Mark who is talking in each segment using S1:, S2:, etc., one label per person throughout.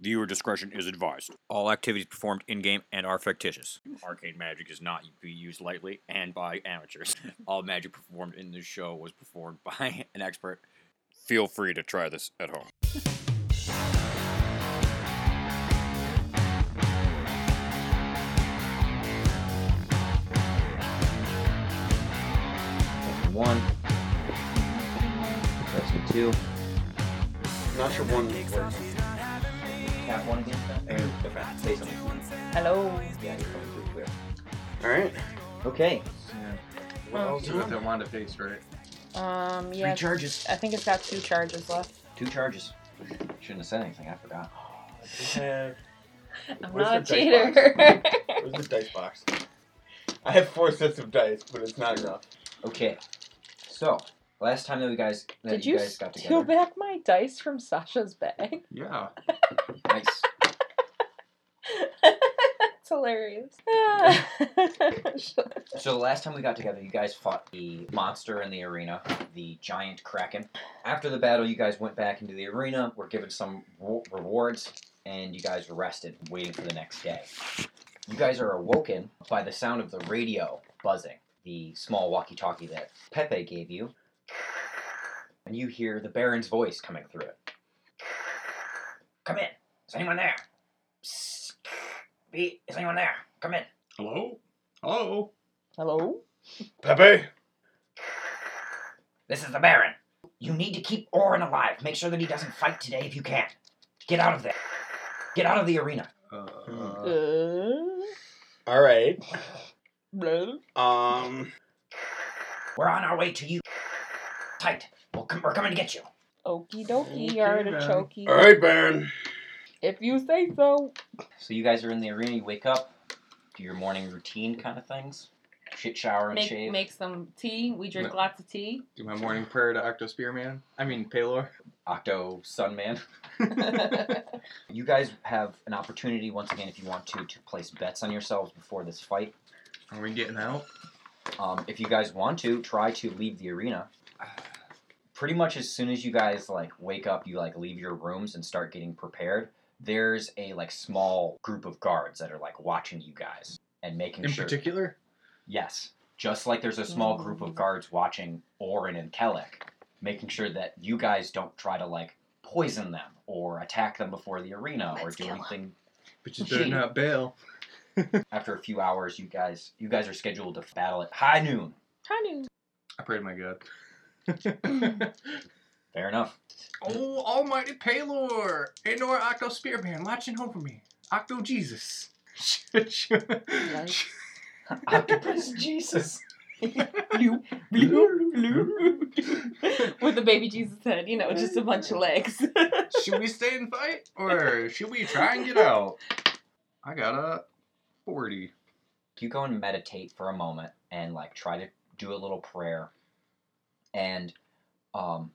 S1: Viewer discretion is advised. All activities performed in game and are fictitious. Arcade magic is not to be used lightly and by amateurs. All magic performed in this show was performed by an expert. Feel free to try this at home.
S2: Testing one. Testing two.
S3: Not sure one works.
S2: Tap one again. Or different. Say something.
S4: Hello.
S2: Yeah, you're coming through clear.
S3: All right.
S2: Okay.
S5: Yeah.
S4: Oh,
S5: What else
S4: yeah.
S5: with that wand of haste, right?
S4: Um,
S2: Three
S4: yeah.
S2: charges.
S4: I think it's got two charges left.
S2: Two charges. Shouldn't have said anything. I forgot.
S4: I'm
S3: Where's
S4: not a
S3: the dice
S4: cheater.
S3: Where's the dice box? I have four sets of dice, but it's not enough.
S2: Okay. So last time that we guys that
S4: Did you
S2: guys got
S4: steal
S2: together.
S4: back my dice from Sasha's bag?
S5: Yeah.
S2: Nice.
S4: That's hilarious. Ah.
S2: So the last time we got together, you guys fought the monster in the arena, the giant kraken. After the battle, you guys went back into the arena, were given some re- rewards, and you guys were rested, waiting for the next day. You guys are awoken by the sound of the radio buzzing, the small walkie-talkie that Pepe gave you, and you hear the Baron's voice coming through it. Come in. Is anyone there? Psst. Be- Is anyone there? Come in.
S5: Hello? Hello?
S4: Hello?
S3: Pepe.
S2: This is the Baron. You need to keep Orin alive. Make sure that he doesn't fight today if you can. Get out of there. Get out of the arena.
S5: Uh,
S4: Uh,
S3: All right.
S4: blah.
S3: Um.
S2: We're on our way to you. Tight. We'll come, we're coming to get you.
S4: Okie dokie,
S5: Okay,
S4: artichokey.
S3: All right, Baron.
S4: If you say so.
S2: So you guys are in the arena. You wake up, do your morning routine kind of things, shit shower and
S4: Make,
S2: shave.
S4: make some tea. We drink
S5: No.
S4: lots of tea.
S5: do my morning prayer to Octo Spearman. I mean, Paylor.
S2: Octo Sunman. You guys have an opportunity once again, if you want to, to place bets on yourselves before this fight.
S5: Are we getting out?
S2: Um, if you guys want to, try to leave the arena. Pretty much as soon as you guys like wake up, you like leave your rooms and start getting prepared. There's a like small group of guards that are like watching you guys and making
S5: In
S2: sure.
S5: particular?
S2: yes, just like there's a small group of guards watching Orin and Kellic, making sure that you guys don't try to like poison them or attack them before the arena or
S4: Let's
S2: do
S4: kill 'em.
S2: anything
S5: But you better not bail.
S2: after a few hours you guys you guys are scheduled to battle at high noon
S4: Honey.
S5: I pray to my God.
S2: fair enough
S5: oh, almighty Paylor! Andor Octo Spearman, watching home for me. Octo Jesus.
S2: octopus jesus
S4: Bloop, bloop, bloop. With the baby Jesus head, you know, just a bunch of legs.
S5: should we stay and fight? Or should we try and get out? I got a 40.
S2: you go and meditate for a moment and like try to do a little prayer and um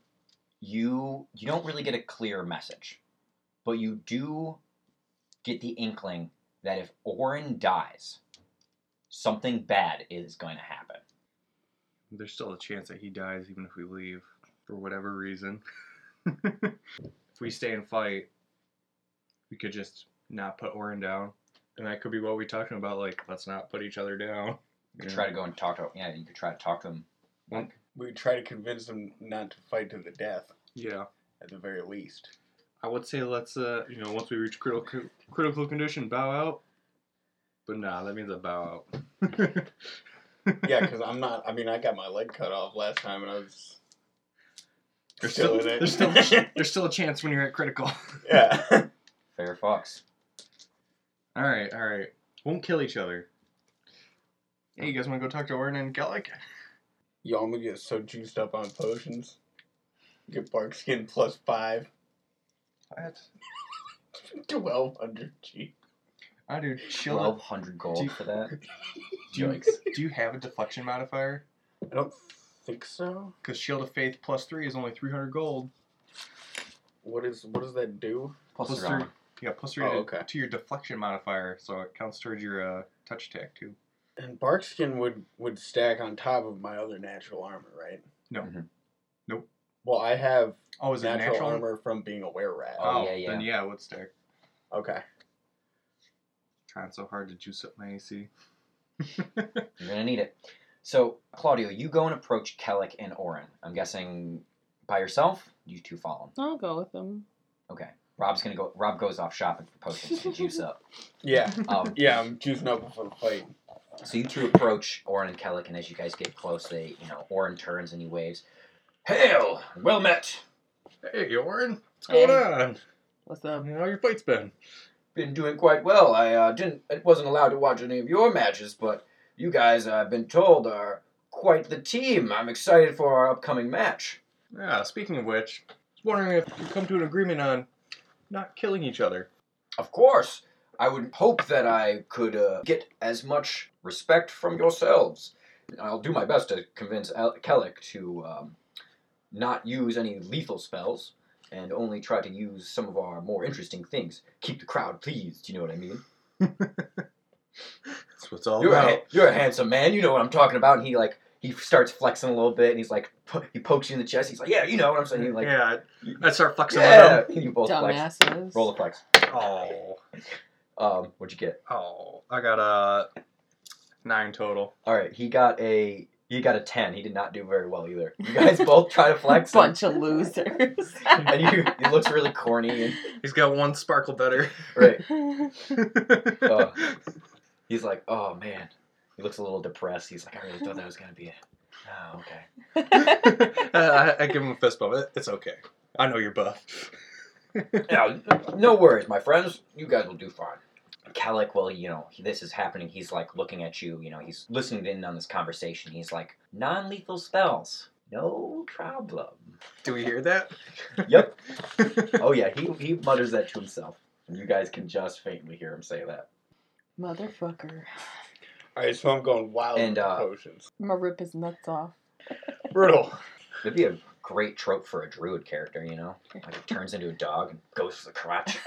S2: you you don't really get a clear message but you do get the inkling that if Orin dies something bad is going to happen
S5: There's still a chance that he dies even if we leave for whatever reason. if we stay and fight, we could just not put Orin down. And that could be what we're talking about, like, let's not put each other down.
S2: you could try to go and talk to yeah you could try to talk to him
S3: We try to convince them not to fight to the death,
S5: Yeah.
S3: at the very least.
S5: I would say let's uh you know, once we reach critical critical condition, bow out. But nah, that means a bow out.
S3: Yeah, because I'm not. I mean, I got my leg cut off last time, and I was.
S5: There's
S3: Still
S5: still,
S3: in it.
S5: there's still a ch- there's still a chance when you're at critical.
S3: Yeah.
S2: fair fox
S5: All right, all right. Won't kill each other. Hey, you guys want to go talk to Orin and Gellick?
S3: Y'all gonna get so juiced up on potions. Get bark skin plus five.
S5: What?
S3: Twelve hundred G.
S5: I do chill. out.
S2: 1200 gold for that
S5: Do you,
S2: Yikes.
S5: do you have a deflection modifier?
S3: I don't think so.
S5: Because Shield of Faith plus three is only 300 gold.
S3: What is what does that do?
S2: plus,
S5: Plus
S2: plus three.
S5: three. Yeah, plus three
S3: Oh,
S5: to,
S3: okay.
S5: to your deflection modifier, so it counts towards your uh, touch attack too.
S3: And Barkskin would would stack on top of my other natural armor, right?
S5: No.
S2: Mhm.
S5: Nope.
S3: Well, I have
S5: Oh, is it
S3: natural,
S5: natural?
S3: armor from being a were rat.
S2: Oh,
S5: Oh,
S2: yeah,
S5: then yeah, it would stack.
S3: Okay.
S5: Trying so hard to juice up my AC.
S2: You're gonna need it. So, Claudio, you go and approach Kellic and Oren. I'm guessing by yourself. You two follow him.
S4: I'll go with them.
S2: Okay. Rob's gonna go. Rob goes off shopping for potions to juice up.
S3: Yeah.
S2: Um,
S3: Yeah, I'm juicing up before the fight.
S2: so you two approach Oren and Kellic, and as you guys get close, they, you know, Oren turns and he waves, "Hail, well met."
S5: Hey, Oren, what's
S4: Hey.
S5: going on?
S4: What's up?
S5: How your fight's been?
S2: been doing quite well. I uh, didn't, it wasn't allowed to watch any of your matches, but you guys, I've been told, are quite the team. I'm excited for our upcoming match.
S5: Yeah. Speaking of which, I was wondering if you come to an agreement on not killing each other.
S2: Of course, I would hope that I could uh, get as much respect from yourselves. I'll do my best to convince El- Kellic to um, not use any lethal spells and only try to use some of our more interesting things. Keep the crowd pleased, you know what I mean?
S5: That's what's all
S2: You're a,
S5: about.
S2: ha- you're a handsome man. You know what I'm talking about. And he like he starts flexing a little bit, and he's like po- he pokes you in the chest. He's like, yeah, you know what I'm saying. He's like, yeah,
S5: yeah, I start flexing
S2: yeah. you both flex.
S4: Dumbasses.
S2: Roll a flex.
S5: with him. Oh,
S2: Um, what'd you get?
S5: oh, I got a nine total.
S2: All right, he got a he got a ten. He did not do very well either. You guys both try to flex, and,
S4: Bunch of losers.
S2: and you it looks really corny. And,
S5: He's got one sparkle better.
S2: right, oh. he's like, oh man. He looks a little depressed. He's like, I really thought that was gonna be it. Oh, okay.
S5: I, I give him a fist bump. It- It's okay. I know you're buff.
S2: No, no worries, my friends. You guys will do fine. Kalik, well, you know, this is happening. He's like looking at you. You know, he's listening in on this conversation. He's like, non lethal spells. No problem.
S5: Do we hear that?
S2: Yep. oh, yeah. He, he mutters that to himself. And you guys can just faintly hear him say that.
S4: Motherfucker.
S3: All right, so I'm going wild
S2: And,
S3: with
S2: uh,
S3: potions.
S4: I'm gonna rip his nuts off.
S3: Brutal.
S2: It'd be a great trope for a druid character, you know? Like, it turns into a dog and goes for the crotch.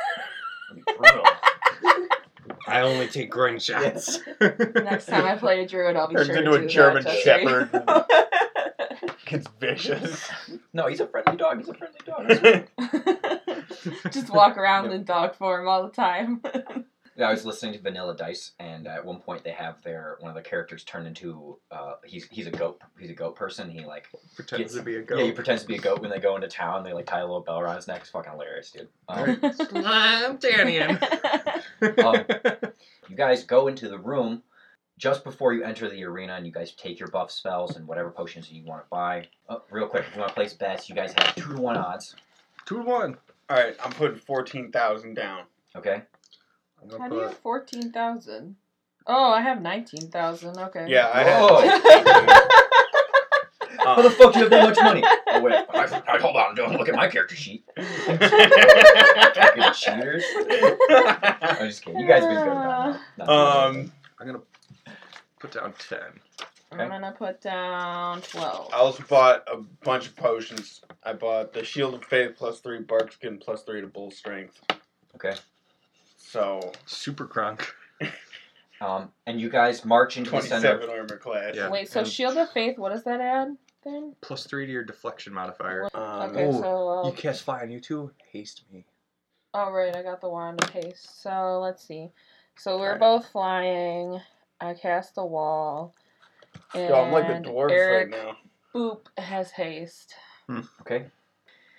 S2: It'd be brutal.
S5: I only take groin shots.
S4: Next time I play a druid, I'll be
S3: Turns
S4: sure
S3: into
S4: to
S3: a
S4: do
S3: German
S4: that, trust me.
S3: Shepherd. Gets vicious.
S2: No, he's a friendly dog. He's a friendly dog. It's fine.
S4: Just walk around in dog form all the time.
S2: Yeah, I was listening to Vanilla Dice, and at one point they have their one of the characters turn into uh, he's he's a goat he's a goat person. He like
S5: Pretends to be a goat.
S2: yeah he pretends to be a goat when they go into town. They like tie a little bell around his neck. It's fucking hilarious, dude. Um,
S5: I'm Danian.
S2: um, you guys go into the room just before you enter the arena, and you guys take your buff spells and whatever potions you want to buy. Oh, real quick, if you want to place bets, you guys have two to one odds.
S5: Two to one.
S3: All right, I'm putting fourteen thousand down.
S2: Okay,
S5: I'm
S4: How
S5: gonna
S4: do you have
S5: put
S4: 14,000? Oh, I have 19,000. Okay.
S3: Yeah, Oh. I
S2: how the
S3: have.
S2: fuck do you have that much money? Oh wait, I, I, hold on, don't look at my character sheet. Fucking cheaters. I'm just kidding. You guys been good about that.
S3: Um, um,
S5: I'm gonna put down ten.
S4: I'm gonna put down 12.
S3: I also bought a bunch of potions. I bought the Shield of Faith plus three, Barkskin plus three to Bull Strength.
S2: Okay.
S3: So
S5: Super crunk.
S2: um, and you guys march into the center.
S3: twenty-seven armor class.
S5: Yeah.
S4: Wait, so
S5: and-
S4: Shield of Faith, what does that add then?
S5: Plus three to your deflection modifier.
S3: Um,
S4: Okay,
S5: Uh, ooh,
S4: so.
S5: You cast fly on you too. Haste me.
S4: Alright, I got the wand. Okay, so let's see. So we're
S3: Alright.
S4: both flying. I cast the wall. And
S3: Yo, I'm like the dwarves
S4: Eric
S3: right now.
S4: Boop has haste.
S2: Okay.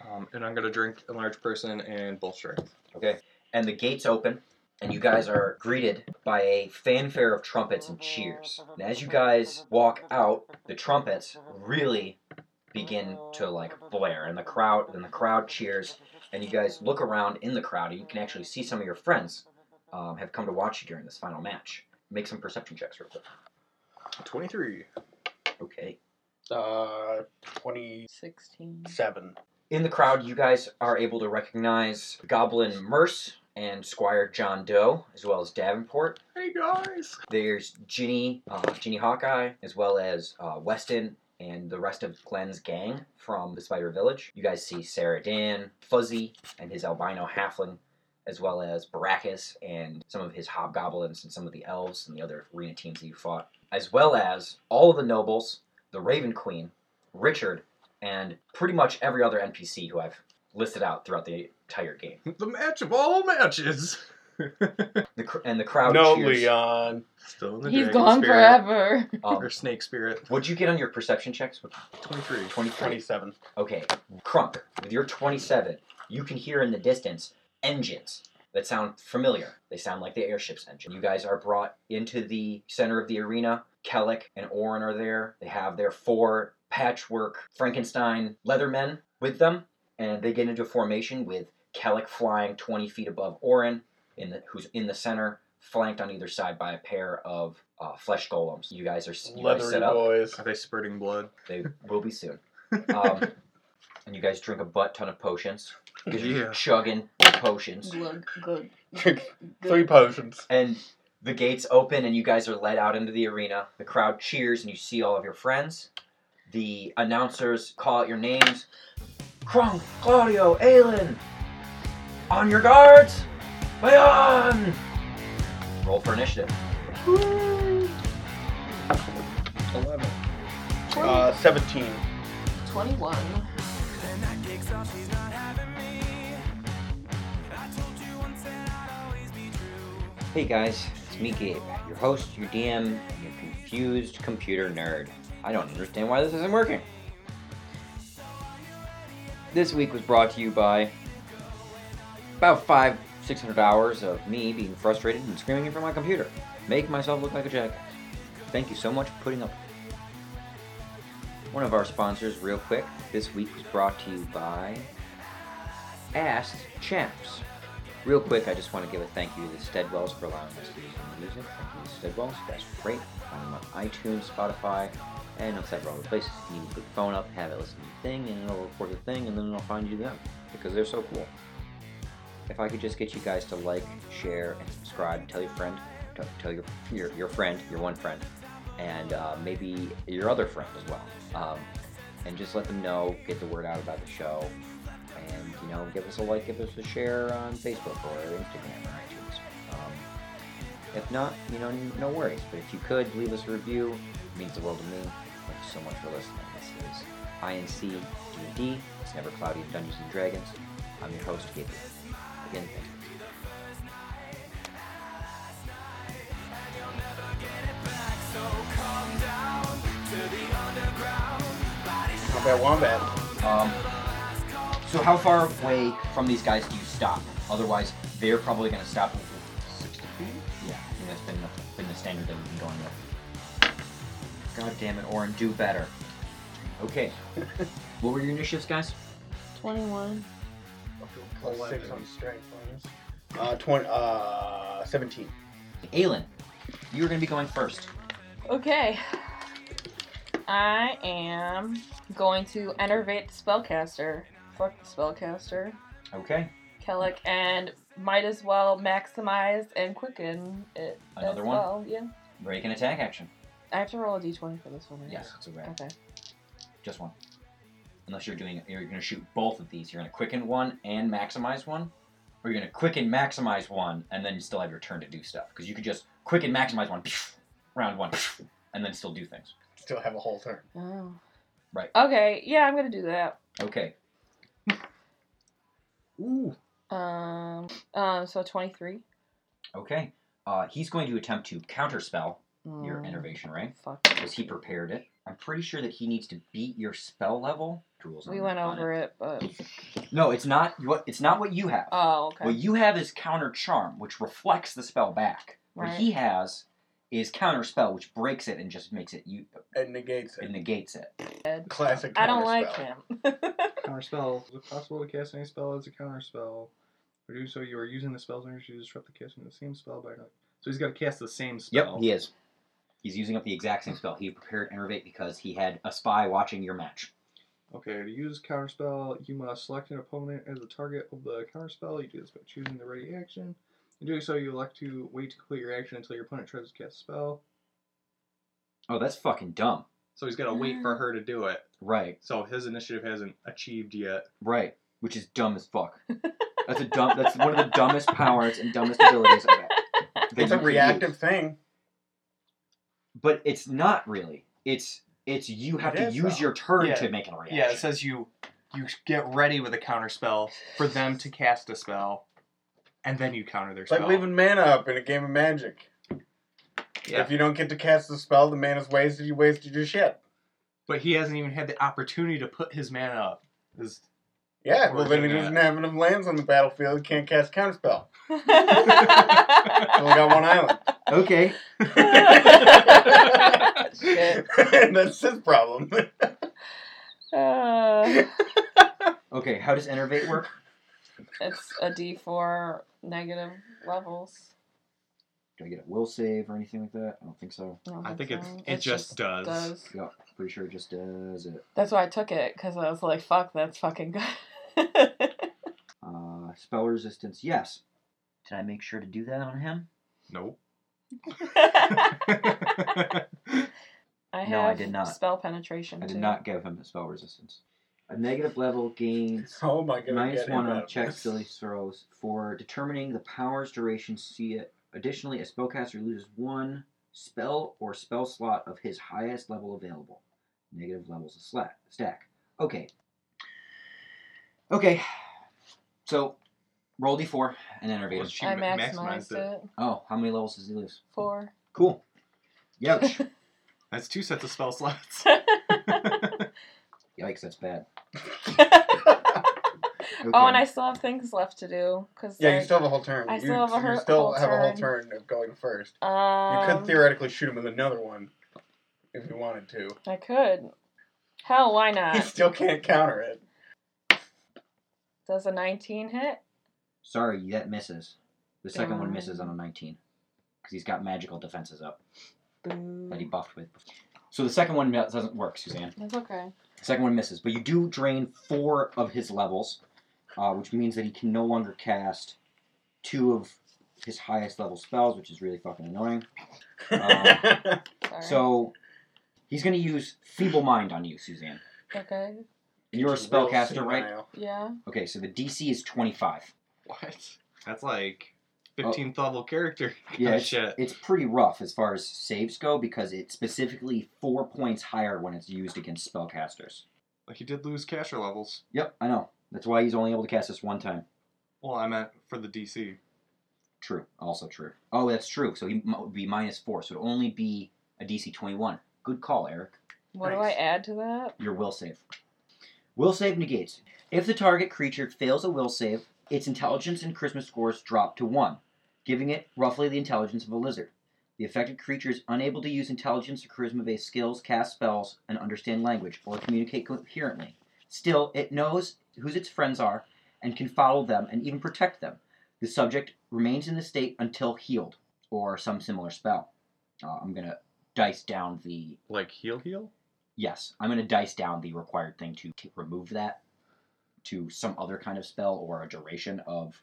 S5: Um, and I'm gonna drink enlarge person and bull strength.
S2: Okay. And the gates open, and you guys are greeted by a fanfare of trumpets and cheers. And as you guys walk out, the trumpets really begin to like blare, and the crowd, and the crowd cheers. And you guys look around in the crowd, and you can actually see some of your friends um, have come to watch you during this final match. Make some perception checks real quick.
S5: Twenty-three.
S2: Okay.
S3: Uh, twenty-seven.
S4: 16.
S2: In the crowd, you guys are able to recognize Goblin Merce and Squire John Doe, as well as Davenport.
S5: Hey guys.
S2: There's Ginny, uh, Ginny Hawkeye, as well as uh, Weston and the rest of Glenn's gang from the Spider Village. You guys see Sarah Dan, Fuzzy, and his albino halfling, as well as Baracus and some of his hobgoblins and some of the elves and the other arena teams that you fought, as well as all of the nobles, the Raven Queen, Richard, and pretty much every other NPC who I've listed out throughout the entire game.
S5: The match of all matches.
S2: The cr- and the crowd
S3: no,
S2: cheers.
S3: Leon.
S5: Still in the
S4: He's
S5: dragon
S4: gone
S5: spirit.
S4: forever.
S2: Um,
S5: Or snake spirit.
S2: what'd you get on your perception checks?
S5: Twenty-three.
S2: 23.
S3: 27.
S2: Okay, Crunk, with your 27, you can hear in the distance engines that sound familiar. They sound like the airship's engine. You guys are brought into the center of the arena. Kellic and Orin are there. They have their four patchwork Frankenstein leathermen with them, and they get into formation with Kellic flying 20 feet above Orin, in the, who's in the center, flanked on either side by a pair of uh, flesh golems. You guys are s- you guys
S3: Leathery
S2: set up.
S3: boys.
S5: Are they spurting blood?
S2: They will be soon. Um, and you guys drink a butt ton of potions. Because you're
S5: Yeah.
S2: chugging potions.
S4: Glug, glug, glug,
S3: Drink Three
S4: glug.
S3: potions.
S2: And the gates open, and you guys are led out into the arena. The crowd cheers, and you see all of your friends. The announcers call out your names Krunk, Claudio, Aelin! On your guards! Leon! Roll for initiative.
S3: Eleven. Uh, seventeen.
S4: 21.
S2: Hey guys, it's me, Gabe, your host, your DM, and your confused computer nerd. I don't understand why this isn't working. This week was brought to you by about five, six hundred hours of me being frustrated and screaming in front of my computer, making myself look like a jackass. Thank you so much for putting up. with it. One of our sponsors, real quick, this week was brought to you by Asked Champs. Real quick, I just want to give a thank you to the Steadwells for allowing us to use the music. Thank you to Steadwells, that's great. Find them on iTunes, Spotify, and on several other places. You can put the phone up, have it listen to the thing, and it'll record the thing, and then it'll find you them because they're so cool. If I could just get you guys to like, share, and subscribe, tell your friend, t- tell your, your your friend, your one friend, and uh, maybe your other friend as well, um, and just let them know, get the word out about the show, and you know give us a like give us a share on facebook or instagram or itunes um, if not you know n- no worries but if you could leave us a review it means the world to me thank you so much for listening this is inc d&d it's never cloudy in dungeons and dragons i'm your host gabriel again thank you
S3: Not bad wombat.
S2: Um, so how far away from these guys do you stop? Otherwise, they're probably going to stop. at 60 feet? Yeah, I think that's been the, been the standard that we've been going with. God damn it, Orin, do better. Okay. what were your initiatives, guys?
S4: 21.
S3: Plus
S5: Eleven.
S3: six on strength bonus. Uh, twenty. Uh, seventeen.
S2: Aelin, you're going to be going first.
S4: Okay. I am going to enervate the spellcaster. Fuck the spellcaster.
S2: Okay.
S4: Kellic and might as well maximize and quicken it.
S2: Another
S4: as
S2: one?
S4: Well. Yeah.
S2: Break an attack action.
S4: I have to roll a d20 for this one, right?
S2: Yes, it's a wrap.
S4: Okay.
S2: Just one. Unless you're doing, you're going to shoot both of these. You're going to quicken one and maximize one, or you're going to quicken maximize one and then you still have your turn to do stuff. Because you could just quicken maximize one, round one, and then still do things.
S3: Still have a whole turn.
S4: Oh.
S2: Right.
S4: Okay. Yeah, I'm gonna do that.
S2: Okay.
S5: Ooh.
S4: Um. Um. So 23.
S2: Okay. Uh, he's going to attempt to counterspell your
S4: Mm,
S2: enervation, right?
S4: Fuck.
S2: Because he prepared it. I'm pretty sure that he needs to beat your spell level. Rules on
S4: We
S2: it-
S4: went
S2: on
S4: over it, but
S2: it. No, it's not. What it's not what you have.
S4: oh, okay.
S2: What you have is counter charm, which reflects the spell back. What
S4: Right.
S2: he has is counter spell, which breaks it and just makes it you
S3: It negates
S2: it
S3: it.
S2: negates it.
S3: Classic.
S4: I don't
S3: counterspell.
S4: like him.
S5: Counter spell. Is it possible to cast any spell as a counter spell? Or do so you are using the spell's energy to disrupt the casting of the same spell by another. So he's got to cast the same spell.
S2: he is. He's using up the exact same spell. He prepared Enervate because he had a spy watching your match.
S5: Okay, to use counter spell, you must select an opponent as the target of the counter spell. You do this by choosing the ready action. In doing so, you elect to wait to complete your action until your opponent tries to cast a spell.
S2: Oh, that's fucking dumb.
S5: So he's got to wait for her to do it.
S2: Right,
S5: So his initiative hasn't achieved yet.
S2: right. Which is dumb as fuck. That's a dumb. That's one of the dumbest powers and dumbest abilities. Of it. that
S3: It's a
S2: you could
S3: reactive
S2: use.
S3: thing.
S2: but it's not really. It's it's you have
S5: It
S2: to
S5: is,
S2: use
S5: though.
S2: your turn
S5: Yeah.
S2: to make a reaction.
S5: Yeah, it says you you get ready with a counter spell for them to cast a spell. and then you counter their
S3: It's like
S5: spell.
S3: leaving mana up in a game of magic.
S5: yeah.
S3: If you don't get to cast the spell, the mana's wasted. You wasted your shit.
S5: but he hasn't even had the opportunity to put his mana up. Is-
S3: Yeah,
S5: Or
S3: well then he
S5: doing
S3: doesn't have enough lands on the battlefield. He can't cast counterspell. He's only
S4: Shit.
S3: got one island.
S2: Okay.
S3: and that's his problem.
S4: Uh,
S2: Okay, how does enervate work?
S4: it's a D4 negative levels.
S2: Do I get a will save or anything like that? I don't think so.
S4: don't
S5: I think it's
S4: so.
S5: it
S4: It's
S5: just, does.
S4: does.
S2: Yeah, pretty sure it just does it.
S4: That's why I took it because I was like, "Fuck, that's fucking good."
S2: Uh, spell resistance, yes. Did I make sure to do that on him?
S5: Nope.
S4: I have
S2: No, I did not.
S4: spell penetration.
S2: I did
S4: too.
S2: not give him a spell resistance. A negative level gains
S3: oh my god.
S2: minus one on checks, silly throws for determining the power's duration. See it. Additionally, a spellcaster loses one spell or spell slot of his highest level available. Negative levels a slack, stack. Okay. Okay. So, roll d4 and enervate him.
S5: Let's
S4: I
S5: ma-
S4: maximized
S5: maximized
S4: it.
S5: it.
S2: Oh, how many levels does he lose?
S4: Four.
S2: Cool. Youch.
S5: That's two sets of spell slots.
S2: Yikes, that's bad.
S4: Oh, and I still have things left to do because
S3: Yeah, you still have a whole turn.
S4: I
S3: you,
S4: still have a
S3: you
S4: her-
S3: still
S4: whole
S3: have a whole
S4: turn.
S3: turn of going first. You
S4: um,
S3: could theoretically shoot him with another one if you wanted to.
S4: I could. Hell, why
S3: He
S4: not?
S3: still can't counter it.
S4: Does a 19 hit?
S2: Sorry, that misses. The second one
S4: Darn.
S2: misses on a 19. Because he's got magical defenses up
S4: Boo.
S2: that he buffed with. So the second one mi- doesn't work, Suzanne.
S4: That's okay.
S2: The second one misses. But you do drain four of his levels, uh, which means that he can no longer cast two of his highest level spells, which is really fucking annoying. Um,
S4: Sorry.
S2: So he's going to use Feeble Mind on you, Suzanne.
S4: okay.
S2: You're a spellcaster, right?
S4: Yeah.
S2: Okay, so the DC is 25.
S5: what? That's like 15th level character.
S2: Yeah,
S5: Oh,
S2: it's,
S5: shit.
S2: it's pretty rough as far as saves go because it's specifically four points higher when it's used against spellcasters.
S5: Like he did lose caster levels.
S2: Yep, I know. That's why he's only able to cast this one time.
S5: Well, I meant for the DC.
S2: True. Also true. Oh, that's true. So he m- would be minus four, so it would only be a DC 21. Good call, Eric.
S4: What do I
S3: Nice.
S4: add to that?
S2: Your will save. Will save negates. If the target creature fails a will save, its intelligence and charisma scores drop to 1, giving it roughly the intelligence of a lizard. The affected creature is unable to use intelligence or charisma based skills, cast spells, and understand language, or communicate coherently. Still, it knows whose its friends are and can follow them and even protect them. The subject remains in this state until healed, or some similar spell. Uh, I'm going to dice down the
S5: Like heal, heal.
S2: Yes, I'm going to dice down the required thing to t- remove that to some other kind of spell or a duration of,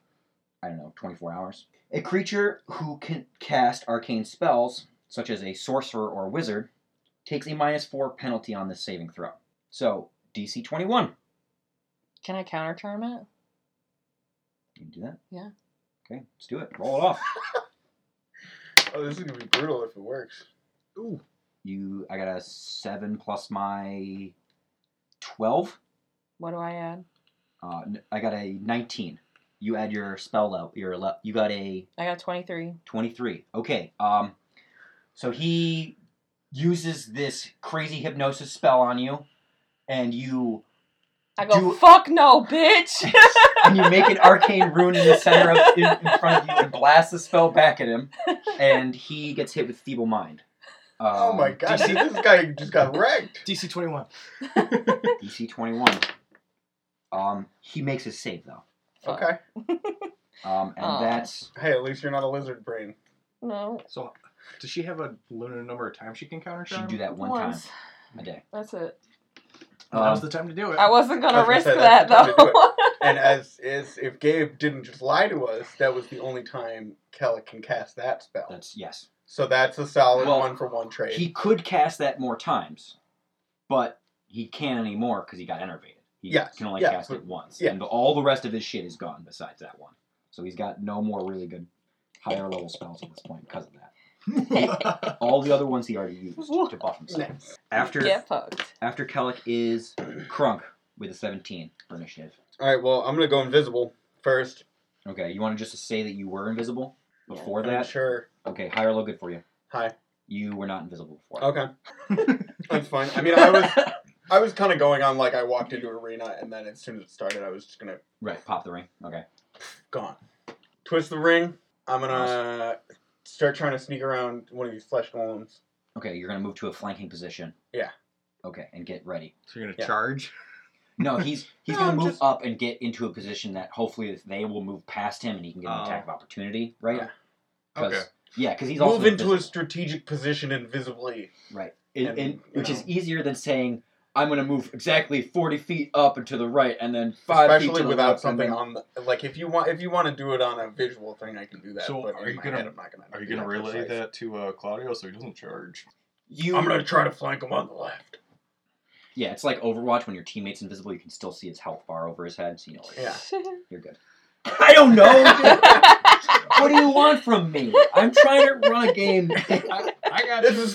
S2: I don't know, 24 hours. A creature who can cast arcane spells, such as a sorcerer or wizard, takes a minus 4 penalty on this saving throw. So, DC 21.
S4: Can I counter charm it?
S2: You can do that?
S4: Yeah.
S2: Okay, let's do it. Roll it off.
S3: Oh, this is gonna be brutal if it works.
S5: Ooh.
S2: You, I got a 7 plus my 12.
S4: What do I add?
S2: Uh, n- I got a 19. You add your spell level, your le- you got a
S4: I got 23.
S2: 23. Okay. Um so he uses this crazy hypnosis spell on you and you
S4: I go,
S2: Do-
S4: fuck no, bitch!
S2: and you make an arcane rune in the center of in, in front of you and blast the spell back at him and he gets hit with feeble mind. Um,
S3: oh my god,
S5: DC
S3: this guy just got wrecked.
S5: DC 21.
S2: DC 21. Um he makes his save though.
S4: Fuck.
S3: Okay.
S2: Um and
S4: Aw.
S2: that's
S3: Hey, at least you're not a lizard brain.
S4: No.
S5: So, does she have a limited number of times she can counter
S2: she
S5: charm?
S2: do that one
S4: Once.
S2: time a day.
S4: That's it.
S5: Now's
S2: Um,
S5: Oh, the time to do it.
S4: I wasn't gonna
S3: I was gonna
S4: risk
S3: say,
S4: that
S3: that's the time to
S4: though.
S3: And as is, if Gabe didn't just lie to us, that was the only time Kellic can cast that spell.
S2: that's yes.
S3: so that's a solid
S2: Well,
S3: one for one trade.
S2: He could cast that more times, but he can't anymore because he got enervated. He
S3: Yes,
S2: can only
S3: yeah,
S2: cast
S3: but-
S2: it once.
S3: yeah.
S2: And the, all the rest of his shit is gone besides that one. So he's got no more really good higher level spells at this point because of that. All the other ones he already used to buff himself.
S3: Nice.
S2: After
S4: Get fucked.
S2: after Kellic is Krunk with a 17 for initiative.
S3: All right, well, I'm gonna go invisible first.
S2: Okay, you want to just say that you were invisible before
S3: I'm
S2: that?
S3: sure.
S2: Okay, high or low good for you.
S3: Hi.
S2: You were not invisible before.
S3: Okay. That's fine. I mean, I was I was kind of going on like I walked into arena, and then as soon as it started, I was just gonna
S2: right, pop the ring. Okay.
S3: gone. Twist the ring. I'm gonna start trying to sneak around one of these flesh golems.
S2: Okay, you're gonna move to a flanking position.
S3: Yeah.
S2: Okay, and get ready.
S5: So you're gonna
S3: Yeah.
S5: charge?
S2: No, he's he's
S3: No,
S2: gonna
S3: I'm
S2: move
S3: just-
S2: up and get into a position that hopefully they will move past him and he can get an
S5: Oh.
S2: attack of opportunity, right?
S3: Yeah.
S2: 'Cause-
S5: Okay.
S2: Yeah, because he's also
S3: Move into a
S2: invisible.
S3: strategic position invisibly.
S2: right, and,
S3: and,
S2: and-
S3: you
S2: which is
S3: know.
S2: easier than saying I'm gonna move exactly forty feet up and to the right and then five feet
S3: especially
S2: to the
S3: without
S2: left and
S3: something
S2: then-
S3: on the like if you want if you want to do it on a visual thing i can do that
S6: So
S3: but
S6: are
S3: in
S6: you
S3: my
S6: gonna-
S3: head, I'm not gonna
S6: Are you
S3: be
S6: gonna relay
S3: precise.
S6: that to uh, Claudio so he doesn't charge?
S2: You
S3: i'm gonna try to flank him on the left
S2: Yeah, it's like Overwatch when your teammate's invisible, you can still see his health bar over his head, so you know like,
S3: yeah
S2: you're good. I don't know. dude.
S4: That's
S2: what do you want from me? I'm trying to run a game. I,
S5: I got
S3: this is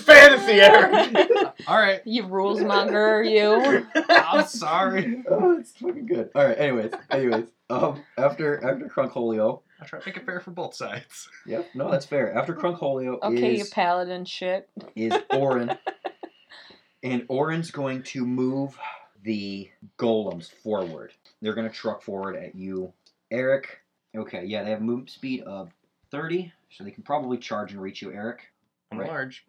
S3: fantasy Eric.
S5: All right.
S4: you rules monger, you.
S5: I'm sorry.
S2: oh, it's fucking good. All right. Anyways, anyways, um, after after Crunkholio,
S5: I try to make it fair for both sides.
S2: yep. No, that's fair. After Crunkholio
S4: Okay, you
S2: is
S4: paladin shit.
S2: is Orin, and Orin's going to move the golems forward. They're going to truck forward at you, Eric. Okay, yeah, they have movement speed of thirty, so they can probably charge and reach you, Eric.
S5: I'm
S2: Right.
S5: large.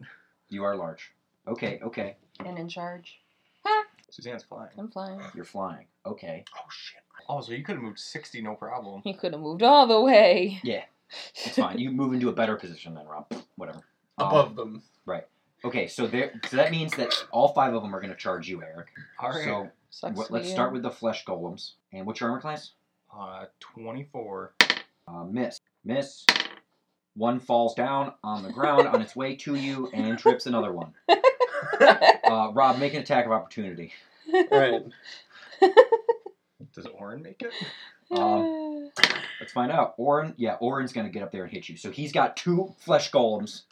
S2: You are large. Okay, okay.
S4: And in charge.
S5: Suzanne's flying.
S4: I'm flying.
S2: You're flying. Okay.
S5: Oh shit.
S6: Oh, so you could have moved sixty, no problem.
S4: You could have moved all the way.
S2: Yeah, it's fine. You move into a better position then, Rob. Whatever. Um,
S3: above them
S2: Okay, so there. So that means that all five of them are going to charge you, Eric.
S5: All right.
S2: So
S4: Sucks
S2: what-
S4: for
S2: let's
S4: you.
S2: start with the flesh golems. And what's your armor class?
S5: Uh, 24.
S2: Uh, miss, miss. One falls down on the ground on its way to you and trips another one. Uh, Rob, make an attack of opportunity.
S3: right
S5: Does Orin make it?
S2: um, Let's find out. Orin, yeah, Orin's gonna get up there and hit you. So he's got two flesh golems.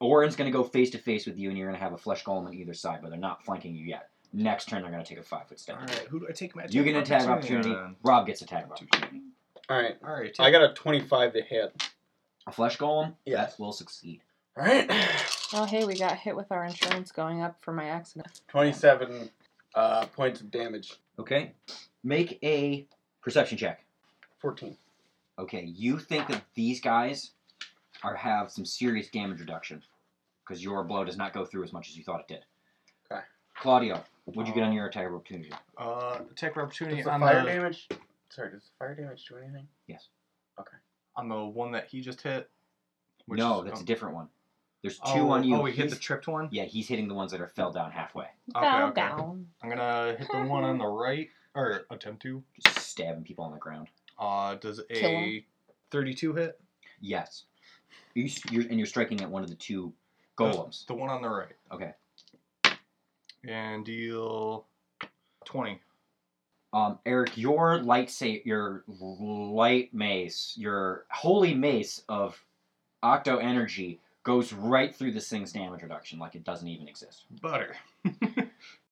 S2: Orin's gonna go face to face with you, and you're gonna have a flesh golem on either side, but they're not flanking you yet. Next turn, they're gonna take a five foot
S5: All
S2: step.
S5: right. uh, Who do I take my
S2: You get an attack of opportunity. Rob gets attack of
S5: Two.
S2: opportunity.
S3: all right
S5: All right. Take
S3: i got a 25 to hit
S2: A flesh golem.
S3: Yeah.
S2: That will succeed.
S3: all right
S4: oh, hey, we got hit with our insurance going up for my accident.
S3: 27 uh points of damage
S2: Okay. Make a perception check.
S3: 14
S2: Okay, you think that these guys are have some serious damage reduction because your blow does not go through as much as you thought it did.
S3: Okay.
S2: Claudio, what'd you get
S5: Um,
S2: on your attack of opportunity?
S5: uh, attack of opportunity
S3: does the
S5: on
S3: fire
S5: the,
S3: damage sorry does the fire damage do anything
S5: on the one that he just hit. which
S2: no,
S5: is-
S2: that's
S5: oh.
S2: a different one. There's two
S5: Oh,
S2: on you.
S5: Oh, we hit the
S2: He's-
S5: tripped one?
S2: yeah, he's hitting the ones that are fell down halfway.
S5: Okay,
S4: Bow
S5: okay.
S4: down.
S5: I'm gonna hit the one on the right, or attempt to.
S2: Just stabbing people on the ground.
S5: Uh, does
S4: Kill
S5: a 32 hit?
S2: Yes. You, s- you're, and you're striking at one of the two golems.
S5: The one on the right.
S2: Okay.
S5: And deal 20.
S2: Um, Eric, your lightsaber, your light mace, your holy mace of octo energy goes right through this thing's damage reduction, like it doesn't even exist.
S5: Butter.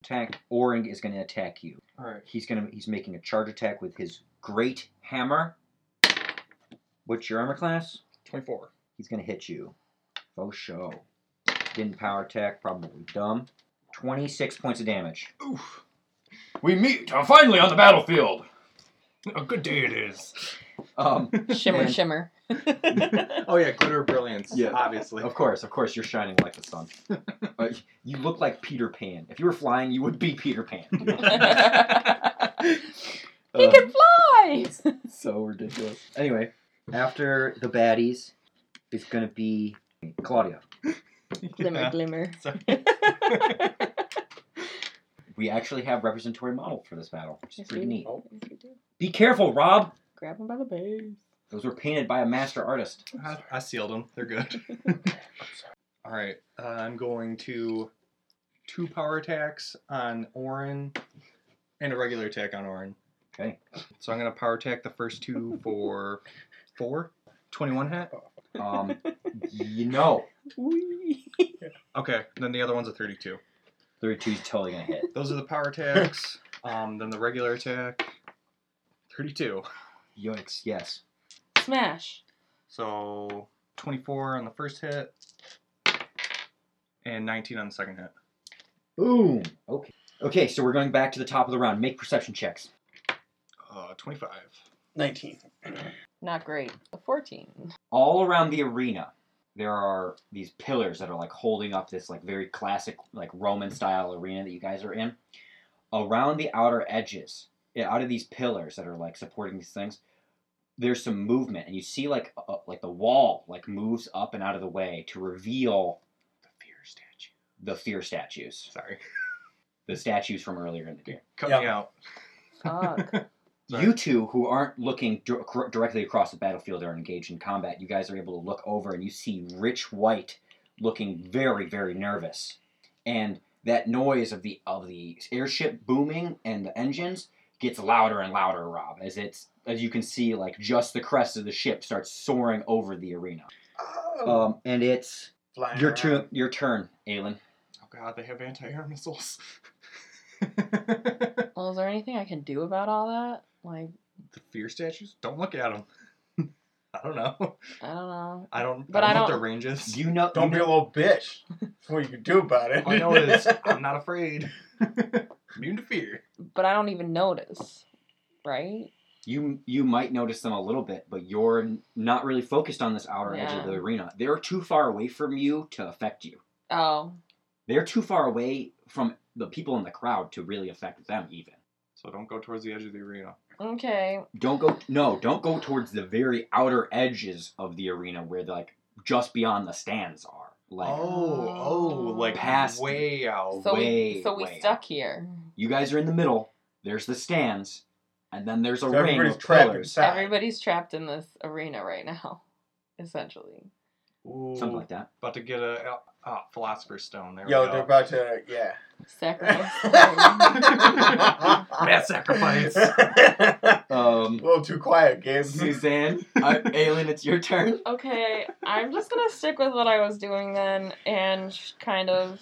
S2: Attack. Oring is going to attack you.
S5: All right.
S2: He's going to. He's making a charge attack with his great hammer. What's your armor class?
S5: 24.
S2: He's going to hit you. Faux show. Didn't power attack. Probably dumb. Twenty-six points of damage.
S5: Oof.
S2: We meet uh, finally on the battlefield.
S5: A good day it is.
S2: Um,
S4: Shimmer,
S2: And-
S4: shimmer.
S5: Oh, yeah, glitter brilliance.
S2: Yeah.
S5: Obviously.
S2: Of course, of course, you're shining like the sun. Uh, you look like Peter Pan. If you were flying, you would be Peter Pan.
S4: he
S2: Uh,
S4: can fly!
S2: so ridiculous. Anyway, after the baddies is gonna be Claudia.
S4: Glimmer,
S5: Yeah.
S4: glimmer.
S5: Sorry.
S2: We actually have representatory model for this battle, which is
S4: Yes,
S2: pretty
S4: we do.
S2: neat.
S4: Yes, we do.
S2: Be careful, Rob.
S4: Grab him by the base.
S2: Those were painted by a master artist.
S5: I, I sealed them. They're good. All right. Uh, I'm going to two power attacks on Orin and a regular attack on Orin.
S2: Okay.
S5: So I'm going to power attack the first two for four. 21 hit.
S2: Um, you know,
S4: Whee!
S5: Okay. Then the other one's a 32.
S2: 32 is totally gonna hit.
S5: Those are the power attacks. um, then the regular attack. 32.
S2: Yikes! Yes.
S4: smash.
S5: So 24 on the first hit and 19 on the second hit.
S2: Boom. Okay. Okay, so we're going back to the top of the round. Make perception checks.
S5: Uh, 25.
S3: 19.
S4: Not great. A 14.
S2: All around the arena, there are these pillars that are like holding up this like very classic like Roman style arena that you guys are in. Around the outer edges, yeah, out of these pillars that are like supporting these things, there's some movement, and you see like uh, like the wall like moves up and out of the way to reveal
S5: The fear statue.
S2: the fear statues,
S5: Sorry.
S2: the statues from earlier in the game.
S5: Cut me
S3: Yeah.
S5: out.
S4: Fuck.
S5: Sorry.
S2: You two who aren't looking dir- cor- directly across the battlefield are engaged in combat. You guys are able to look over and you see Rich White looking very, very nervous. And that noise of the of the airship booming and the engines gets louder and louder, Rob, as it's as you can see, like just the crest of the ship starts soaring over the arena.
S3: Oh,
S2: Um, and it's
S3: flying
S2: your
S3: around.
S2: turn. Your turn, Aelin.
S5: Oh god, they have anti air missiles.
S4: well, is there anything I can do about all that? Like,
S5: the fear statues? Don't look at them. I don't know.
S4: I don't know.
S5: I don't.
S4: But
S5: I
S4: I
S5: don't know what
S4: don't-
S5: their range is.
S2: You know.
S3: Don't
S2: you
S3: be
S2: know-
S3: a little bitch. That's what you can do about it.
S5: All I know is I'm not afraid. Immune to fear.
S4: But I don't even notice, right?
S2: you you might notice them a little bit, but you're n- not really focused on this outer edge of
S4: Yeah.
S2: the arena. They're too far away from you to affect you.
S4: Oh,
S2: They're too far away from the people in the crowd to really affect them. Even
S5: So don't go towards the edge of the arena.
S4: okay.
S2: don't go no, don't go towards the very outer edges of the arena where they're like just beyond the stands are. Like
S5: oh, oh, like
S2: Past-
S5: way out.
S4: So
S2: Way,
S4: we so we
S2: way
S4: stuck
S2: out.
S4: here.
S2: you guys are in the middle. There's the stands, and then there's a
S3: So
S2: ring
S3: everybody's
S2: of
S3: trapped
S2: pillars,
S3: inside.
S4: Everybody's trapped in this arena right now, essentially.
S5: Ooh,
S2: something like that.
S5: About to get a uh, uh, philosopher's stone. There
S3: Yo,
S5: we
S3: they're
S5: go.
S3: about to, yeah.
S4: Sacrifice.
S5: Mass sacrifice.
S3: A
S2: Um,
S3: little too quiet, Gabe.
S2: Suzanne, uh, Aylin, it's your turn.
S4: okay, I'm just gonna stick with what I was doing then and sh- kind of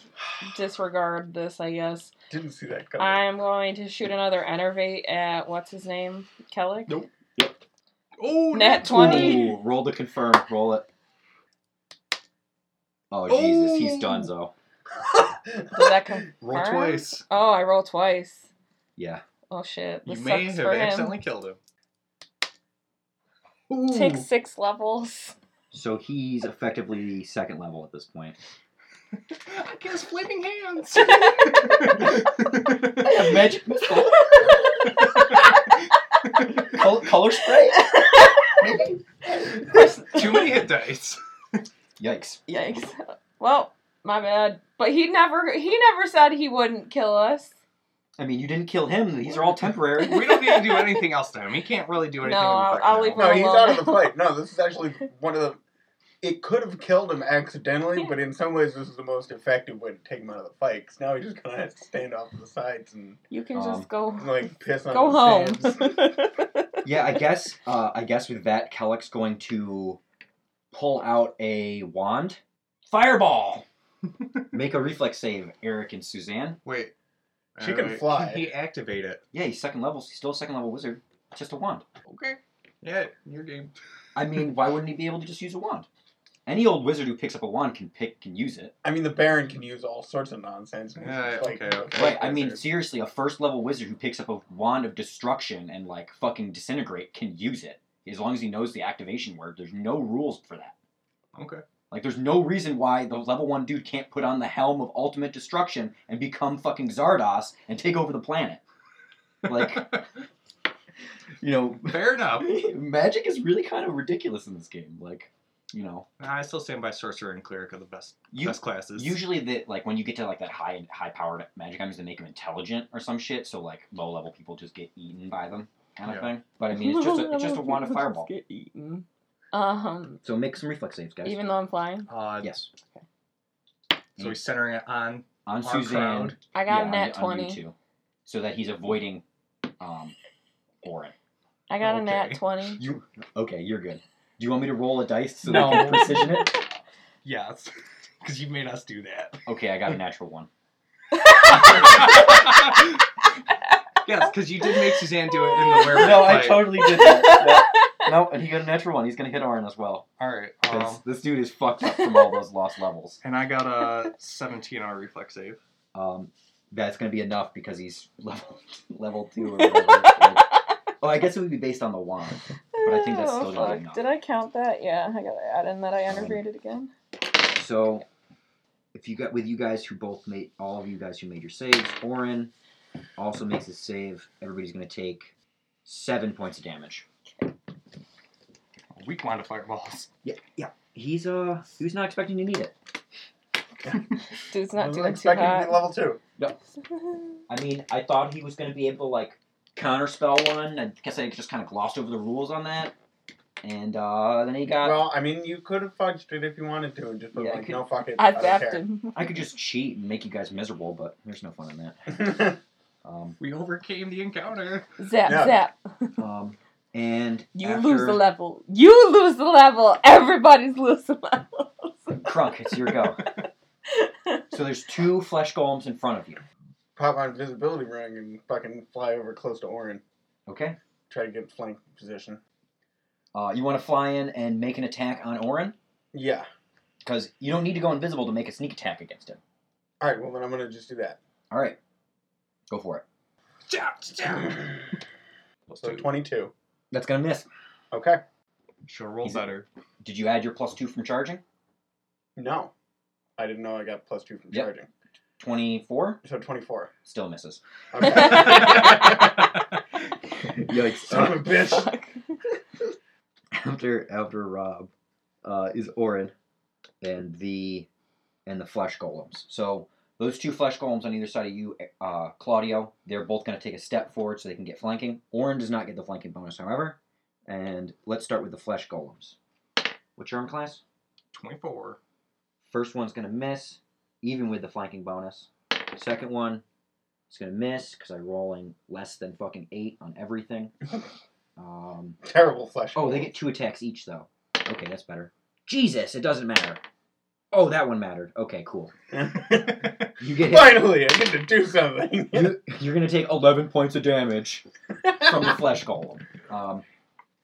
S4: disregard this, I guess.
S3: Didn't see that coming.
S4: I'm going to shoot another enervate at what's his name, Kellic.
S5: Nope. Oh,
S4: Nat 20.
S2: Ooh, roll to confirm. Roll it. Oh Jesus, he's donezo.
S4: Does that come?
S5: Roll
S4: Confirm?
S5: twice.
S4: Oh, I roll twice.
S2: Yeah.
S4: Oh shit,
S5: You
S4: this
S5: may
S4: sucks
S5: have
S4: for him.
S5: accidentally killed him.
S4: Take six levels.
S2: So he's effectively second level at this point.
S5: I guess flaming hands.
S2: I have magic missile. Col- color spray.
S5: Too many hit dice.
S2: Yikes.
S4: Yikes. Well, my bad. But he never he never said he wouldn't kill us.
S2: I mean, you didn't kill him. These are all temporary.
S5: We don't need to do anything else to him. He can't really do anything.
S4: No,
S5: of
S4: I'll-
S5: effect
S4: I'll
S5: now.
S4: leave him.
S3: no, he's
S4: alone.
S3: out of the fight. No, this is actually one of the. It could have killed him accidentally, but in some ways, this is the most effective way to take him out of the fight. Because now he just kind of has to stand off to the sides and
S4: You can
S2: Um,
S4: just go
S3: like piss on
S4: go
S3: his
S4: home.
S3: hands.
S2: yeah, I guess. Uh, I guess with that, Kellick's going to pull out a wand. Fireball. Make a reflex save, Eric and Suzanne.
S5: Wait.
S3: She can
S5: Alright,
S3: fly.
S5: Can he activate it?
S2: Yeah, he's second level. He's still a second level wizard. It's just a wand.
S5: Okay. Yeah, your game.
S2: I mean, why wouldn't he be able to just use a wand? Any old wizard who picks up a wand can pick can use it.
S3: I mean, the Baron can use all sorts of nonsense. and he's
S5: Yeah,
S3: just like-
S5: okay, okay.
S2: Right. I mean, seriously, a first level wizard who picks up a wand of destruction and like fucking disintegrate can use it as long as he knows the activation word. There's no rules for that.
S5: Okay.
S2: Like, there's no reason why the level one dude can't put on the helm of ultimate destruction and become fucking Zardos and take over the planet. Like, you know,
S5: Fair enough.
S2: magic is really kind of ridiculous in this game. Like, you know,
S5: I still stand by sorcerer and cleric are the best
S2: you
S5: best classes.
S2: Usually, that like when you get to like that high high powered magic items, they make them intelligent or some shit. So like low level people just get eaten by them, kind of
S5: Yeah.
S2: thing. But I mean, it's just a, it's just a wand of fireball.
S4: Get eaten. Um,
S2: So make some reflex saves, guys.
S4: even though I'm flying,
S5: Uh,
S2: yes,
S5: So he's centering it on
S2: on
S5: our
S2: Suzanne.
S5: crowd.
S4: I got
S2: yeah,
S4: a nat
S2: on- on you
S4: twenty.
S2: two, so that he's avoiding, um, Orin.
S4: I got a nat
S5: Okay.
S4: twenty.
S2: You okay? You're good. Do you want me to roll a dice so
S5: No.
S2: that I can precision it?
S5: Yes. Because you made us do that.
S2: Okay, I got a natural one.
S5: yes, because you did make Suzanne do it in the werewolf
S2: No, I
S5: fight.
S2: totally did that. no, and he got a natural one. He's gonna hit Orin as well.
S5: All right.
S2: 'Cause
S5: Um,
S2: this dude is fucked up from all those lost levels.
S5: and I got a 17 on a reflex save.
S2: Um, that's gonna be enough because he's level level two or whatever. Like- oh, I guess it would be based on the wand. But I think that's still not
S4: Oh, fuck.
S2: enough. Um,
S4: Did I count that? Yeah, I gotta add in that I aggravated again.
S2: So, if you got with you guys who both made all of you guys who made your saves, Orin also makes his save. Everybody's gonna take seven points of damage.
S6: Weak wand of fireballs.
S2: Yeah, yeah. He's uh, he was not expecting to need it.
S4: Dude's
S3: I
S4: not
S3: was
S4: doing too
S3: expecting to be
S4: hot.
S3: level two.
S2: I mean, I thought he was going to be able to like counterspell one. I guess I just kind of glossed over the rules on that. And uh, then he got.
S3: Well, I mean, you could have fudged it if you wanted to and just been
S2: Yeah, I
S3: like,
S2: could-
S3: no, fuck it.
S4: I
S3: don't
S4: zapped
S3: care.
S4: him.
S2: I could just cheat and make you guys miserable, but there's no fun in that. Um,
S5: We overcame the encounter.
S4: Zap,
S3: Yeah.
S4: zap.
S2: um, and
S4: You
S2: after...
S4: lose the level. You lose the level. Everybody's losing levels.
S2: Crunk, it's your go. so there's two flesh golems in front of you.
S3: Pop my invisibility ring and fucking fly over close to Orin.
S2: Okay.
S3: Try to get flank position.
S2: Uh, you want to fly in and make an attack on Orin
S3: Yeah.
S2: because you don't need to go invisible to make a sneak attack against him.
S3: All right. Well, then I'm gonna just do that.
S2: All right. Go for it.
S3: so 22.
S2: That's gonna miss.
S3: Okay.
S5: She'll roll
S2: He's-
S5: better.
S2: Did you add your plus two from charging?
S3: No, I didn't know I got plus two from
S2: Yep.
S3: charging.
S2: Twenty-four.
S3: So 24.
S2: Still misses.
S3: Okay.
S2: Yikes!
S3: Son of a bitch.
S4: Fuck.
S2: after after Rob uh, is Orin and the and the flesh golems. So those two flesh golems on either side of you, uh, Claudio, they're both going to take a step forward so they can get flanking. Orin does not get the flanking bonus, however. And let's start with the flesh golems. What's your arm class?
S6: 24.
S2: First one's going to miss, even with the flanking bonus. Second one, it's going to miss because I'm rolling less than fucking eight on everything. Um,
S3: Terrible flesh.
S2: Oh, they get two attacks each, though. Okay, that's better. Jesus, it doesn't matter. Oh, that one mattered. Okay, cool. You get hit.
S3: Finally, I get to do something.
S2: You, you're gonna take 11 points of damage from the flesh golem. Um,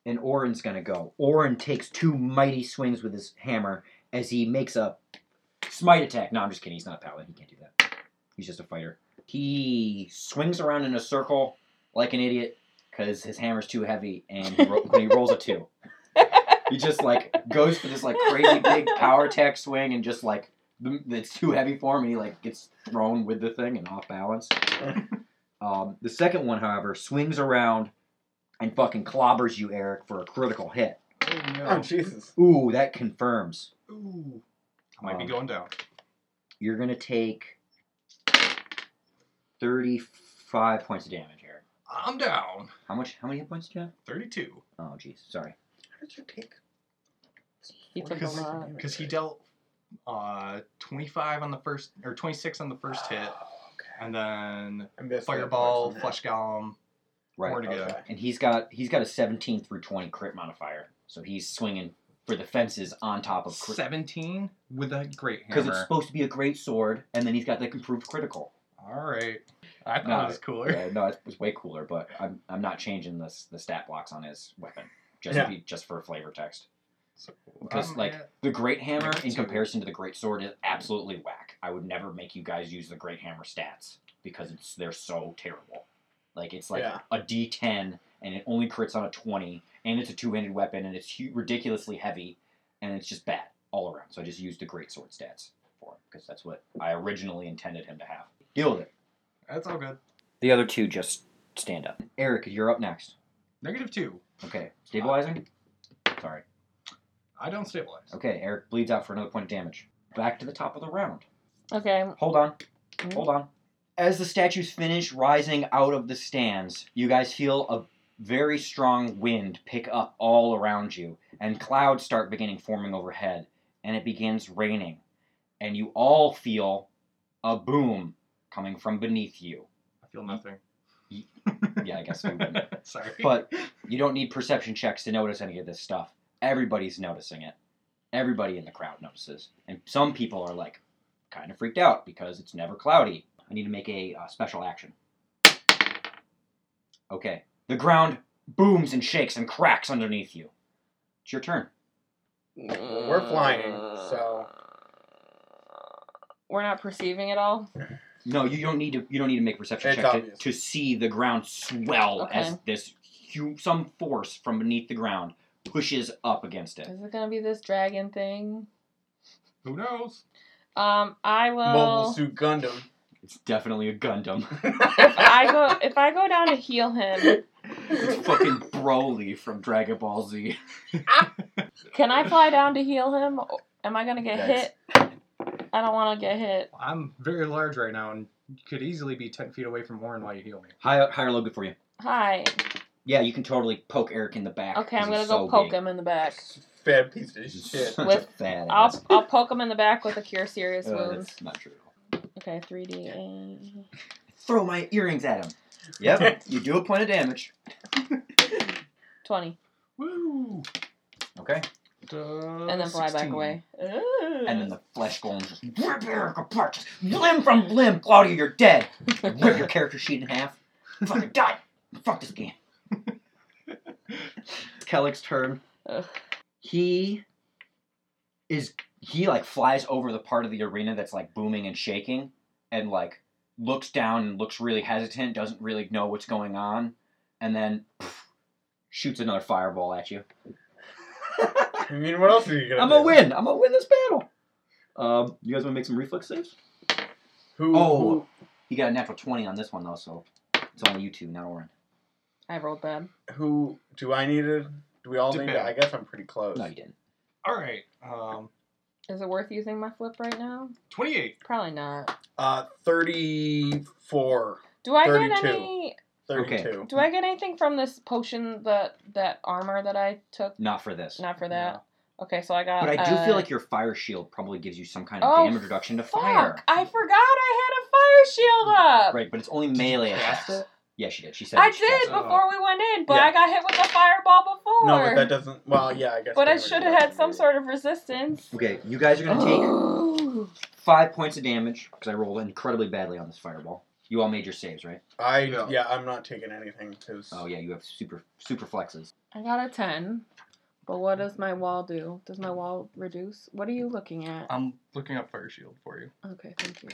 S2: and Orin's gonna go. Orin takes two mighty swings with his hammer as he makes a smite attack. No, I'm just kidding. He's not a paladin. He can't do that. He's just a fighter. He swings around in a circle like an idiot because his hammer's too heavy, and he, ro- when he rolls a two, he just like goes for this like crazy big power attack swing, and just like the- it's too heavy for him, and he like gets thrown with the thing and off balance. Um, the second one, however, swings around and fucking clobbers you, Eric, for a critical hit.
S3: Oh, Jesus.
S2: Ooh, that confirms.
S5: Ooh.
S6: I might be
S2: Um,
S6: going down.
S2: You're gonna take thirty-five points of damage, Eric.
S6: I'm down.
S2: How much? How many hit points do you have?
S6: 32.
S2: Oh, jeez, sorry.
S3: How did you take?
S4: He took a lot.
S6: Because he dealt uh, 25 on the first, or 26 on the first hit, and then
S3: I missed that
S6: fireball,
S3: person.
S6: flesh golem,
S2: Right.
S6: more to go.
S3: Okay.
S2: And he's got he's got a seventeen through twenty crit modifier, so he's swinging for the fences on
S6: Oh,
S2: top of crit
S5: 17 with a great
S2: because it's
S5: hammer.
S2: supposed to be a great sword, and then he's got the improved critical.
S6: All right. I thought
S2: No,
S6: it was cooler.
S2: Yeah, no, it's, it's way cooler, but I'm, I'm not changing this the stat blocks on his weapon just
S3: Yeah.
S2: be, just for flavor text.
S6: So,
S2: Because
S6: I'm
S2: like
S6: at-
S2: the great hammer
S6: Number
S2: in
S6: two.
S2: comparison to the great sword is absolutely whack. I would never make you guys use the great hammer stats because it's they're so terrible. Like it's like
S3: Yeah.
S2: a D10 and it only crits on a 20 and it's a two-handed weapon and it's hu- ridiculously heavy and it's just bad all around. So I just used the great sword stats for him because that's what I originally intended him to have. Deal with it.
S6: that's all good.
S2: The other two just stand up. Eric, you're up next.
S6: Negative 2.
S2: Okay. Stabilizing? Sorry.
S6: I don't stabilize.
S2: Okay, Eric bleeds out for another point of damage. Back to the top of the round.
S4: Okay.
S2: Hold on. Hold on. Hmm? As the statues finish rising out of the stands, you guys feel a very strong wind pick up all around you, and clouds start beginning forming overhead, and it begins raining. And you all feel a boom coming from beneath you.
S5: I feel nothing.
S2: Yeah, I guess we wouldn't.
S5: Sorry.
S2: But you don't need perception checks to notice any of this stuff. Everybody's noticing it. Everybody in the crowd notices. And some people are like kind of freaked out because it's never cloudy. I need to make a uh, special action. Okay. The ground booms and shakes and cracks underneath you. It's your turn.
S3: we're flying, so-
S4: We're not perceiving at all.
S2: No, you don't need to. You don't need to make a perception
S3: It's
S2: check to,
S3: obvious.
S2: to see the ground swell
S4: Okay.
S2: as this hu some force from beneath the ground pushes up against it.
S4: Is it gonna be this dragon thing?
S6: Who knows?
S4: Um, I
S3: Mobile
S4: will.
S3: suit Gundam.
S2: It's definitely a Gundam.
S4: If I go, if I go down to heal him,
S2: it's fucking Broly from Dragon Ball Z.
S4: can I fly down to heal him? Am I gonna get
S2: Yikes.
S4: hit? I don't want to get hit.
S6: I'm very large right now and could easily be 10 feet away from Warren while you heal me.
S2: High, higher low, good for you.
S4: Hi.
S2: Yeah, you can totally poke Eric in the back.
S4: Okay, I'm
S2: 'cause
S4: gonna
S2: he's
S4: go
S2: so
S4: poke
S2: big.
S4: him in the back.
S3: Fat piece of
S2: He's
S3: shit.
S2: such
S4: With-
S2: a fat
S4: I'll
S2: ass.
S4: I'll poke him in the back with a cure serious
S2: Uh,
S4: wounds.
S2: that's not true. at all.
S4: Okay, three D eight.
S2: Throw my earrings at him. Yep, you do a point of damage.
S4: Twenty.
S6: Woo!
S2: Okay.
S4: And then fly back away.
S2: And then the flesh golem just rip Eric apart, just limb from limb. Claudia, you're dead. Rip your character sheet in half. Fucking die. Fuck this game. Kellick's turn.
S4: Ugh.
S2: He is he like flies over the part of the arena that's like booming and shaking, and like looks down and looks really hesitant, doesn't really know what's going on, and then pff, shoots another fireball at you.
S3: I mean, what else are you gonna?
S2: I'm
S3: do?
S2: gonna win. I'm gonna win this battle. Um, you guys wanna make some reflex saves?
S3: Who?
S2: Oh. You got a natural twenty on this one though, so it's only you two, not Oren.
S4: I rolled bad.
S3: Who, who? Do I need to? Do we all need to?
S6: Depend.
S3: I guess I'm pretty close.
S2: No, you didn't.
S6: All right. Um,
S4: Is it worth using my flip right now?
S6: 28.
S4: Probably not.
S3: Uh, 34.
S4: Do I
S3: 32.
S4: get any?
S3: 32.
S4: Do I get anything from this potion that that armor that I took?
S2: Not for this.
S4: Not for that. Okay, so I got.
S2: But I do
S4: uh,
S2: feel like your fire shield probably gives you some kind of
S4: Oh,
S2: damage reduction to
S4: Fuck!
S2: fire.
S4: I forgot I had a fire shield up.
S2: Right, but it's only melee attacks.
S6: cast it?
S2: Yeah, she did. She said
S4: I
S2: that she
S4: did
S2: cast it.
S4: before we went in, but
S3: Yeah.
S4: I got hit with a fireball before.
S3: No, but that doesn't. Well, yeah, I guess.
S4: But I
S3: they
S4: should
S3: were-
S4: have had some sort of resistance.
S2: Okay, you guys are gonna take five points of damage because I rolled incredibly badly on this fireball. You all made your saves, right?
S3: I
S6: Yeah.
S3: yeah, I'm not taking anything because
S2: Oh yeah, you have super super flexes.
S4: I got a 10. But what does my wall do? Does my wall reduce? What are you looking at?
S2: Um,
S6: I'm looking up Fire Shield for you.
S4: Okay, thank you.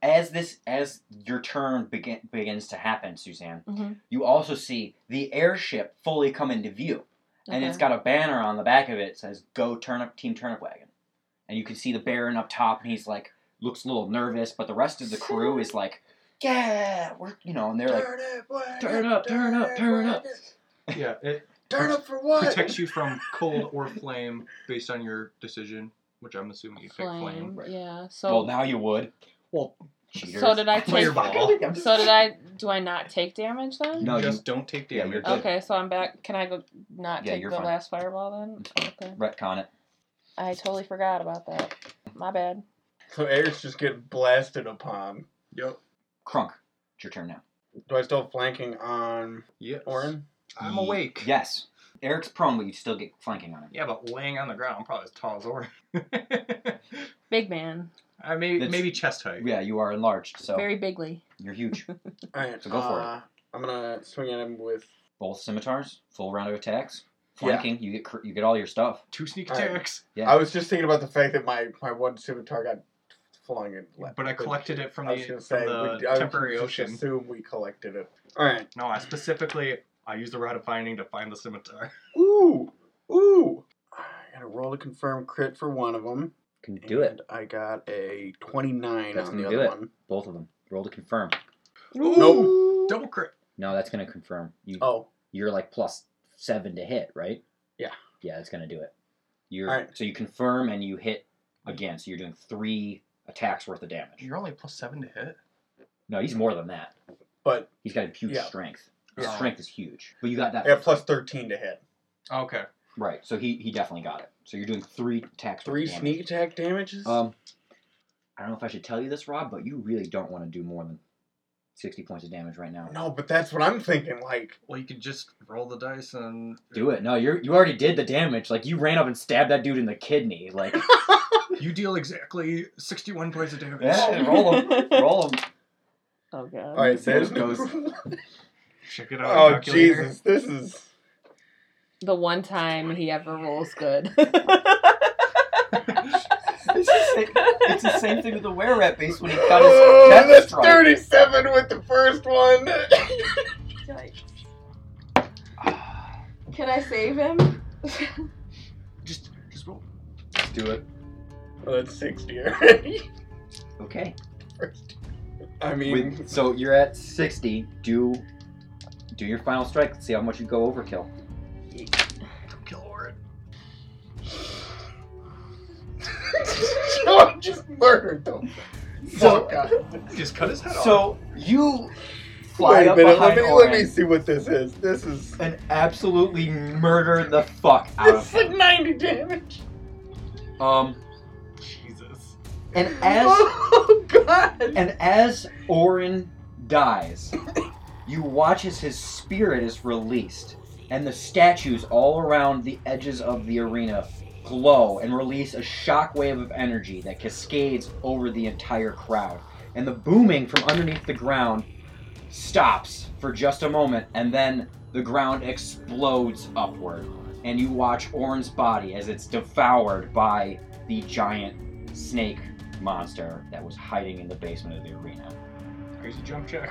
S2: As this as your turn begin, begins to happen, Suzanne,
S4: hmm
S2: you also see the airship fully come into view. And it's
S4: Mm-hmm. Okay.
S2: got a banner on the back of it that says "Go Turnip Team Turnip Wagon," and you can see the Baron up top, and he's like looks a little nervous, but the rest of the crew is like, "Yeah, we're you know," and they're like,
S3: up,
S2: turn up, turn up, turn up.
S6: Yeah, it
S3: turn up for what?
S6: protects you from cold or flame based on your decision, which I'm assuming you pick
S4: flame.
S6: flame.
S4: Yeah. So
S2: "Well, now you would." Well, cheaters.
S4: so did I take
S6: Fireball.
S4: So did I do I not take damage then?
S2: No, you-
S6: just don't take
S2: yeah, you're
S6: damage.
S2: good.
S4: Okay, so I'm back. Can I go not
S2: Yeah,
S4: take
S2: you're
S4: the
S2: fine.
S4: last fireball then? Okay.
S2: retcon it?
S4: I totally forgot about that. My bad.
S3: So Air's just getting blasted upon.
S6: Yep.
S2: Crunk, it's your turn now.
S3: Do I still have flanking on
S6: Yeah.
S3: Orin?
S6: I'm
S2: Ye-
S6: awake.
S2: Yes, Eric's prone, but you still get flanking on him.
S6: Yeah, but laying on the ground, I'm probably as tall as Orin.
S4: Big man.
S6: I may,
S2: That's-
S6: maybe chest height.
S2: Yeah, you are enlarged, so
S4: Very bigly.
S2: you're huge.
S3: All right,
S2: So go for it.
S3: uh, I'm gonna swing at him with.
S2: Both scimitars, full round of attacks,
S3: Yeah.
S2: flanking. You get cr- you get all your stuff.
S6: Two sneak
S3: All right.
S6: attacks.
S2: Yeah.
S3: I was just thinking about the fact that my my one scimitar got flung and left.
S6: But I collected it from
S3: I was gonna
S6: the,
S3: say
S6: from the
S3: we, I would
S6: temporary
S3: just
S6: ocean.
S3: Assume we collected it. All right.
S6: No, I specifically I used the route of finding to find the scimitar.
S3: Ooh, ooh. I got to roll to confirm crit for one of them.
S2: Can
S3: I got a 29
S2: That's
S3: on the
S2: gonna do
S3: other
S2: it.
S3: one.
S2: Both of them. Roll to confirm.
S3: Nope.
S6: Double crit.
S2: No, that's gonna confirm. You
S3: Oh,
S2: you're like plus seven to hit, right?
S3: Yeah.
S2: Yeah, that's gonna do it. You're
S3: Alright.
S2: so you confirm and you hit again. So you're doing three attacks worth of damage.
S6: You're only plus seven to hit.
S2: No, he's more than that.
S3: but
S2: He's got a huge
S3: Yeah.
S2: strength. His
S6: Yeah.
S2: strength is huge. But you got that.
S3: yeah, plus 13 to hit.
S6: Okay.
S2: Right. So he he definitely got it. So you're doing three attacks. worth
S3: Three
S2: of damage.
S3: sneak attack damages.
S2: Um, I don't know if I should tell you this, Rob, but you really don't want to do more than sixty points of damage right now.
S3: no, but that's what I'm thinking. Like,
S6: Well, you could just roll the dice and
S2: Do it. No, you're you already did the damage. Like you ran up and stabbed that dude in the kidney. Like
S6: You deal exactly sixty-one points of damage.
S2: yeah, roll him, roll him.
S4: Oh god.
S3: all right,
S2: see how
S3: there's
S2: it
S3: no.
S2: goes.
S6: Check it out.
S3: oh
S6: calculator.
S3: Jesus, this is
S4: The one time he ever rolls good.
S2: It's the same, it's the same thing with the were rat base when he got his
S3: Oh,
S2: death
S3: that's
S2: strike.
S3: 37 with the first one.
S4: Yikes. Can I save him?
S6: Just, just roll.
S2: Let's do it.
S3: well, that's 60 already.
S2: Okay.
S3: I mean,
S2: With, so you're at 60. Do do your final strike. Let's see how much you go overkill.
S6: Kill Orin.
S3: John just murdered them.
S2: So-
S3: Fuck off.
S6: Just cut his head off.
S2: So you fly
S3: Wait a
S2: up
S3: minute. Let
S2: behind
S3: me, let
S2: Orin
S3: me see what this is. This is.
S2: and absolutely murder the fuck out of
S3: This is
S2: him.
S3: like 90 damage.
S2: Um,
S6: Jesus.
S2: and as
S3: oh, God.
S2: and as Orin dies, you watch as his spirit is released, and the statues all around the edges of the arena glow and release a shockwave of energy that cascades over the entire crowd. And the booming from underneath the ground stops for just a moment, and then the ground explodes upward. And you watch Orin's body as it's devoured by the giant snake monster that was hiding in the basement of the arena.
S6: Crazy jump check.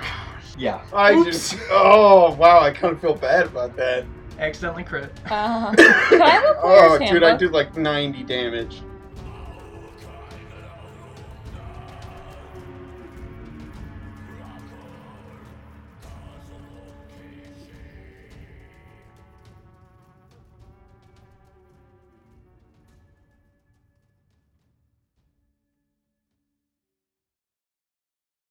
S2: Yeah.
S3: I
S6: Oops.
S3: just. Oh, wow. I kind of feel bad about that.
S6: Accidentally crit.
S4: Uh, Can I have a player's
S3: Oh, dude, I
S4: handbook?
S3: did like 90 damage.